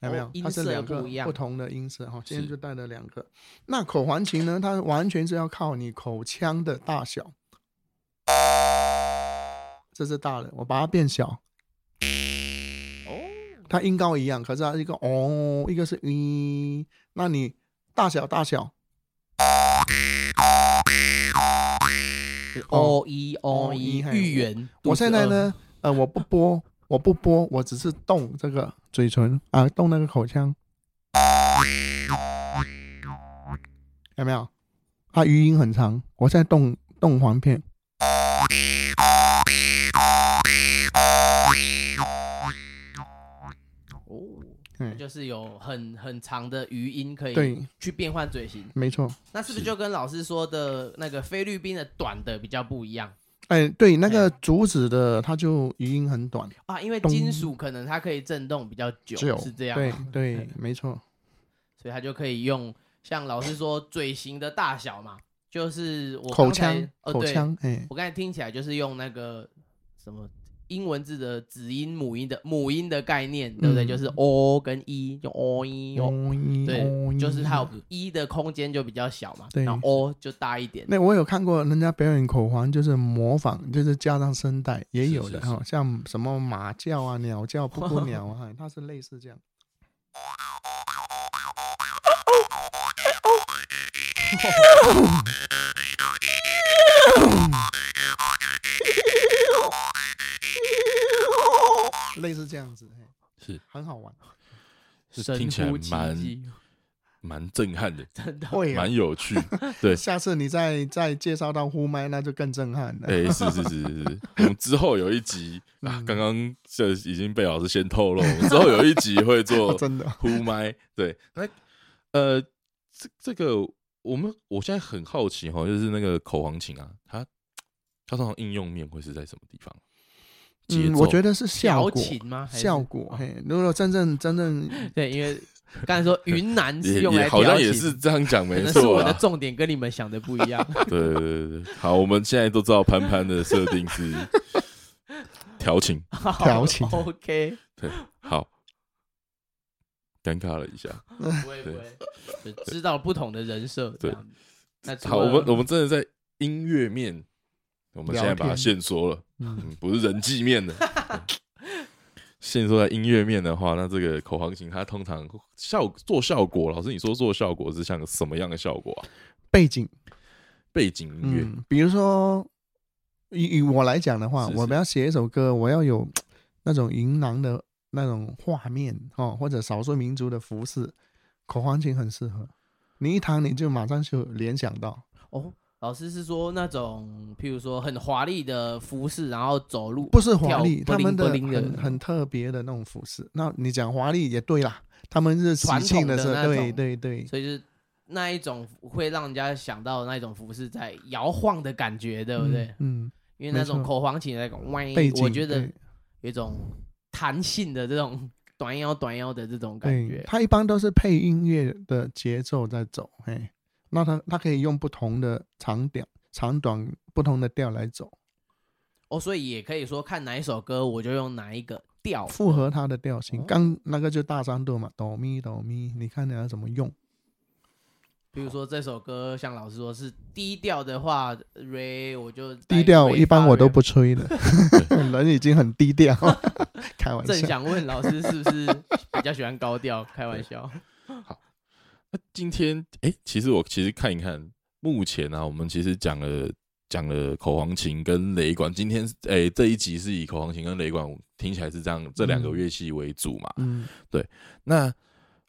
C: 有没有
B: 哦？音
C: 它是
B: 色
C: 两个
B: 不一样
C: 不同的音色哈。今天
D: 是
C: 就带了两个。那口环琴呢？它完全是要靠你口腔的大小，这是大的，我把它变小。
B: 哦
C: 它音高一样，可是它一个哦，一个是咦，那你大小大小
B: 哦一哦
C: 哦
B: 一
C: 一嘿
B: 芋圆，肚
C: 我
B: 子
C: 现在
B: 饿，
C: 呢，呃，我不播，我不播，我只是动这个嘴唇啊，动那个口腔，有没有？它余音很长，我现在动动簧片，
B: 哦，
C: 嗯，
B: 就是有很很长的余音可以
C: 对，
B: 去变换嘴型，
C: 没错，
B: 那是不是
D: 是
B: 就跟老师说的那个菲律宾的短的比较不一样？
C: 哎，对，那
B: 哎
C: 个竹子的它就余音很短，
B: 啊，因为
C: 咚
B: 金属可能它可以震动比较久，
C: 只有
B: 是这样
C: 对
B: 吗，
C: 对，没错，
B: 所以它就可以用像老师说嘴型的大小嘛，就是我
C: 口
B: 刚才
C: 腔
B: 呃
C: 口
B: 对
C: 腔，哎，
B: 我刚才听起来就是用那个什么英文字的子音母音的母音的概念，对不对？
C: 嗯
B: 就是 o 跟 e，就 o 一 o，
C: 哦
D: 嗯
C: 咦哦
B: 对，
C: 咦
B: 就是它有 e 的空间就比较小嘛，
C: 对
B: 然后 o 就大一点。
C: 那我有看过人家表演口簧，就是模仿，就是加上声带，也
D: 是
C: 有
D: 是
C: 的
D: 是
C: 哈、像什么马叫啊、鸟叫、布谷鸟啊，它是类似这样。
D: 哦
C: 类似这样子，嘿
D: 是
C: 很好玩。
D: 是，
B: 神
D: 听起来
B: 乎其
D: 蛮
B: 技
D: 蛮震撼的，
B: 真的，
C: 会啊
D: 蛮有趣。 对，
C: 下次你再再介绍到呼麦，那就更震撼了。
D: 哎，是是是是是，我们之后有一集啊
C: 嗯，
D: 刚刚这已经被老师先透露，我们之 后有一集会做
C: 哦真的，
D: 呼麦，对，那呃，这这个我们我现在很好奇哈，就是那个口簧琴啊，它它通常应用面会是在什么地方？节
C: 嗯，
D: 奏，
C: 我觉得是效
B: 调
C: 果。
B: 情吗？还是
C: 效果
B: 哦。
C: 嘿，如果真正真正
B: 对，因为刚才 说云南
D: 也
B: 是用来
D: 也好像
B: 调
D: 也
B: 情
D: 是这样讲，
B: 可
D: 没
B: 能是
D: 错啊
B: 我的
D: 啦。
B: 重点跟你们想的不一 样。
D: 对对对对对，好，我们现在都知道潘潘的设定是调情。
B: 好
C: 调情
B: OK，
D: 好，尴尬了一下。
B: 不会
D: 对
B: 不会，就知道不同的人设。这
D: 对
B: 样，那除
D: 好，我们
B: 了
D: 我们真的在音乐面，我们现在把它
C: 聊天
D: 限缩了，
C: 嗯，
D: 嗯，不是人际面的。 对限缩在音乐面的话，那这个口簧琴它通常效做效果，老师你说做效果是像个什么样的效果啊？
C: 背景，
D: 背景音乐，
C: 嗯，比如说以以我来讲的话，
D: 是是
C: 我们要写一首歌，我要有那种云南的那种画面哦，或者少数民族的服饰，口簧琴很适合。你一弹你就马上就联想到，
B: 哦，老师是说那种，譬如说很华丽的服饰，然后走路
C: 不是华丽，
B: 跳
C: 他们的
B: bling-bling 的
C: 很很特别的那种服饰。那你讲华丽也对啦，他们是喜庆
B: 传统的
C: 时候，
B: 那种
C: 对对对，
B: 所以就是那一种会让人家想到那一种服饰在摇晃的感觉，对不对？
C: 嗯？
B: 因为那种
C: 没错
B: 口簧琴的那种，
C: 嗯，背景，
B: 我觉得
C: 对
B: 有一种弹性的这种短腰短腰的这种感
C: 对
B: 觉，
C: 它一般都是配音乐的节奏在走，嘿，那它它可以用不同的长调、长短不同的调来走，
B: 哦，所以也可以说看哪一首歌我就用哪一个调
D: 哦
C: 符合它的调性
B: 哦。
C: 刚那个就大三度嘛，哆咪哆咪，你看你要怎么用？
B: 比如说这首歌，像老师说是低调的话，re 我就
C: 低调
B: 带
C: 一般我都
B: re
C: 不吹的， 人已经很低 调，开玩
B: 正
C: 笑。
B: 想问老师是不是比较喜欢高调？开玩笑，
D: 那今天，哎、其实我其实看一看，目前啊，我们其实讲了讲了口簧琴跟雷管。今天，哎、这一集是以口簧琴跟雷管听起来是这样，这两个
C: 嗯
D: 乐器为主嘛。
C: 嗯，
D: 那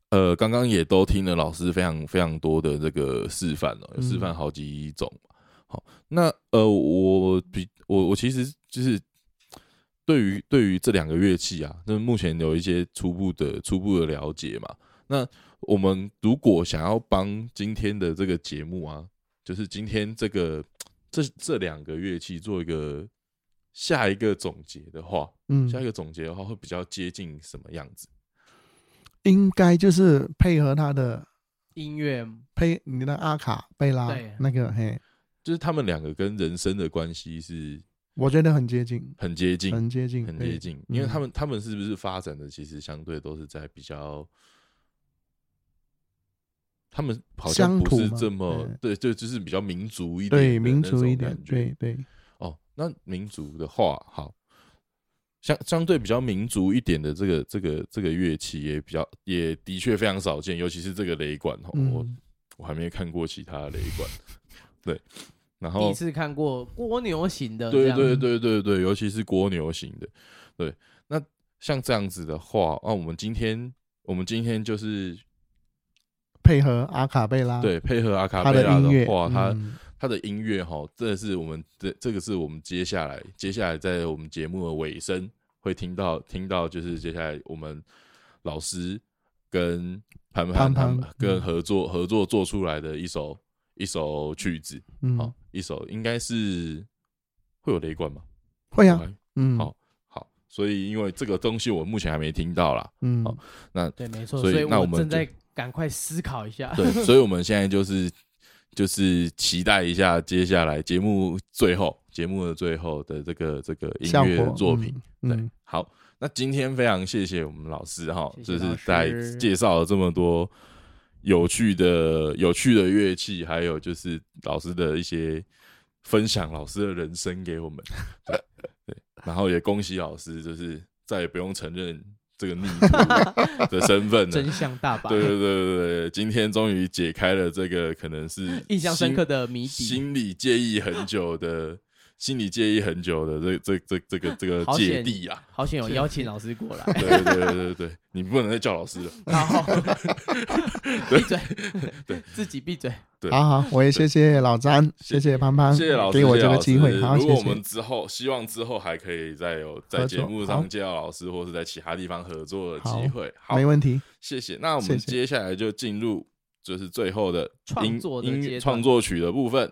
D: 呃，刚刚也都听了老师非常非常多的这个示范哦，有
C: 嗯
D: 示范好几种嘛。好，那呃，我比我我其实就是对于对于这两个乐器啊，那目前有一些初步的初步的了解嘛。那我们如果想要帮今天的这个节目啊，就是今天这个这这两个乐器做一个下一个总结的话，
C: 嗯
D: 下一个总结的话会比较接近什么样子？
C: 应该就是配合他的
B: 音乐
D: 哦
C: 配你的阿卡贝拉
B: 对
C: 那个，嘿，
D: 就是他们两个跟人生的关系是
C: 我觉得很接近，
D: 很接近，
C: 很接近，
D: 很
C: 对
D: 接近，因为
C: 嗯
D: 他们他们是不是发展的其实相对都是在比较，他们好像
C: 乡土
D: 不是
C: 吗
D: 这么
C: 嗯
D: 对，就就是比较民族一点，
C: 对民族一点，
D: 觉。
C: 对对，
D: 哦，那民族的话，好，相相对比较民族一点的这个这个这个乐器也比较也的确非常少见，尤其是这个雷管哦，我
C: 嗯，
D: 我还没看过其他的雷管， 对，然
B: 第
D: 后
B: 一次看过蜗牛型的这
D: 对
B: 样，
D: 对对对对，尤其是蜗牛型的，对。那像这样子的话，啊那、我们今天我们今天就是
C: 配合阿卡贝拉，
D: 对配合阿卡
C: 啊他
D: 贝拉
C: 音乐
D: 的，话，它
C: 嗯
D: 它的音乐哈，这是我们这这个是我们接下来接下来在我们节目的尾声会听到听到，就是接下来我们老师跟潘
C: 潘
D: 潘他们
C: 潘
D: 跟
C: 嗯
D: 合作、合作做出来的一首一首曲子，好、
C: 嗯，
D: 一首应该是会有雷管吗？
C: 会
D: 我
C: 啊，
D: 还
C: 嗯，
D: 好好，所以因为这个东西我目前还没听 到啦，
C: 嗯，
D: 好
B: 对没错，
D: 所以
B: 所
D: 那我
B: 我
D: 们
B: 正
D: 就
B: 在赶快思考一下。
D: 对，所以我们现在就是就是期待一下接下来节目最后节目的最后的这个这个音
C: 效
D: 乐
C: 果
D: 作品。，
C: 嗯
D: 对，，好，那今天非常谢谢我们老师哈，
B: 谢谢
D: 就是
B: 老
D: 在
B: 师
D: 介绍了这么多有趣的有趣的乐器，还有就是老师的一些分享，老师的人生给我们。 对，对然后也恭喜老师，就是再也不用承认 这个逆徒的身份了
B: 真。相大白，
D: 对对对对对对，今天终于解开了这个可能是
B: 印象深
D: 心
B: 刻的谜底，
D: 心里介意很久的， 心里介意很久的这这这这个这个
B: 好
D: 芥
B: 险
D: 蒂啊。
B: 好险有邀请老师过来。
D: 对对对对对，你不能再叫老师了。
B: 好，闭嘴，自己闭嘴。
D: 对
C: 好好，我也谢谢老詹，
D: 谢
C: 谢谢潘潘，
D: 谢谢老师，
C: 啊给我
D: 谢谢
C: 这个
D: 老师
C: 机会，好，
D: 如果
C: 谢
D: 我们
C: 谢，
D: 之后，希望之后还可以再有在
C: 合
D: 节
C: 作
D: 目
C: 好
D: 上介绍老师，或是在其他地方合作的机
C: 好
D: 会。好
C: 没，问题，
D: 谢谢。那我们
C: 谢谢
D: 接下来就进入就是最后的
B: 创
D: 音
B: 作的
D: 音
B: 阶
D: 乐
B: 段
D: 创作曲的部分。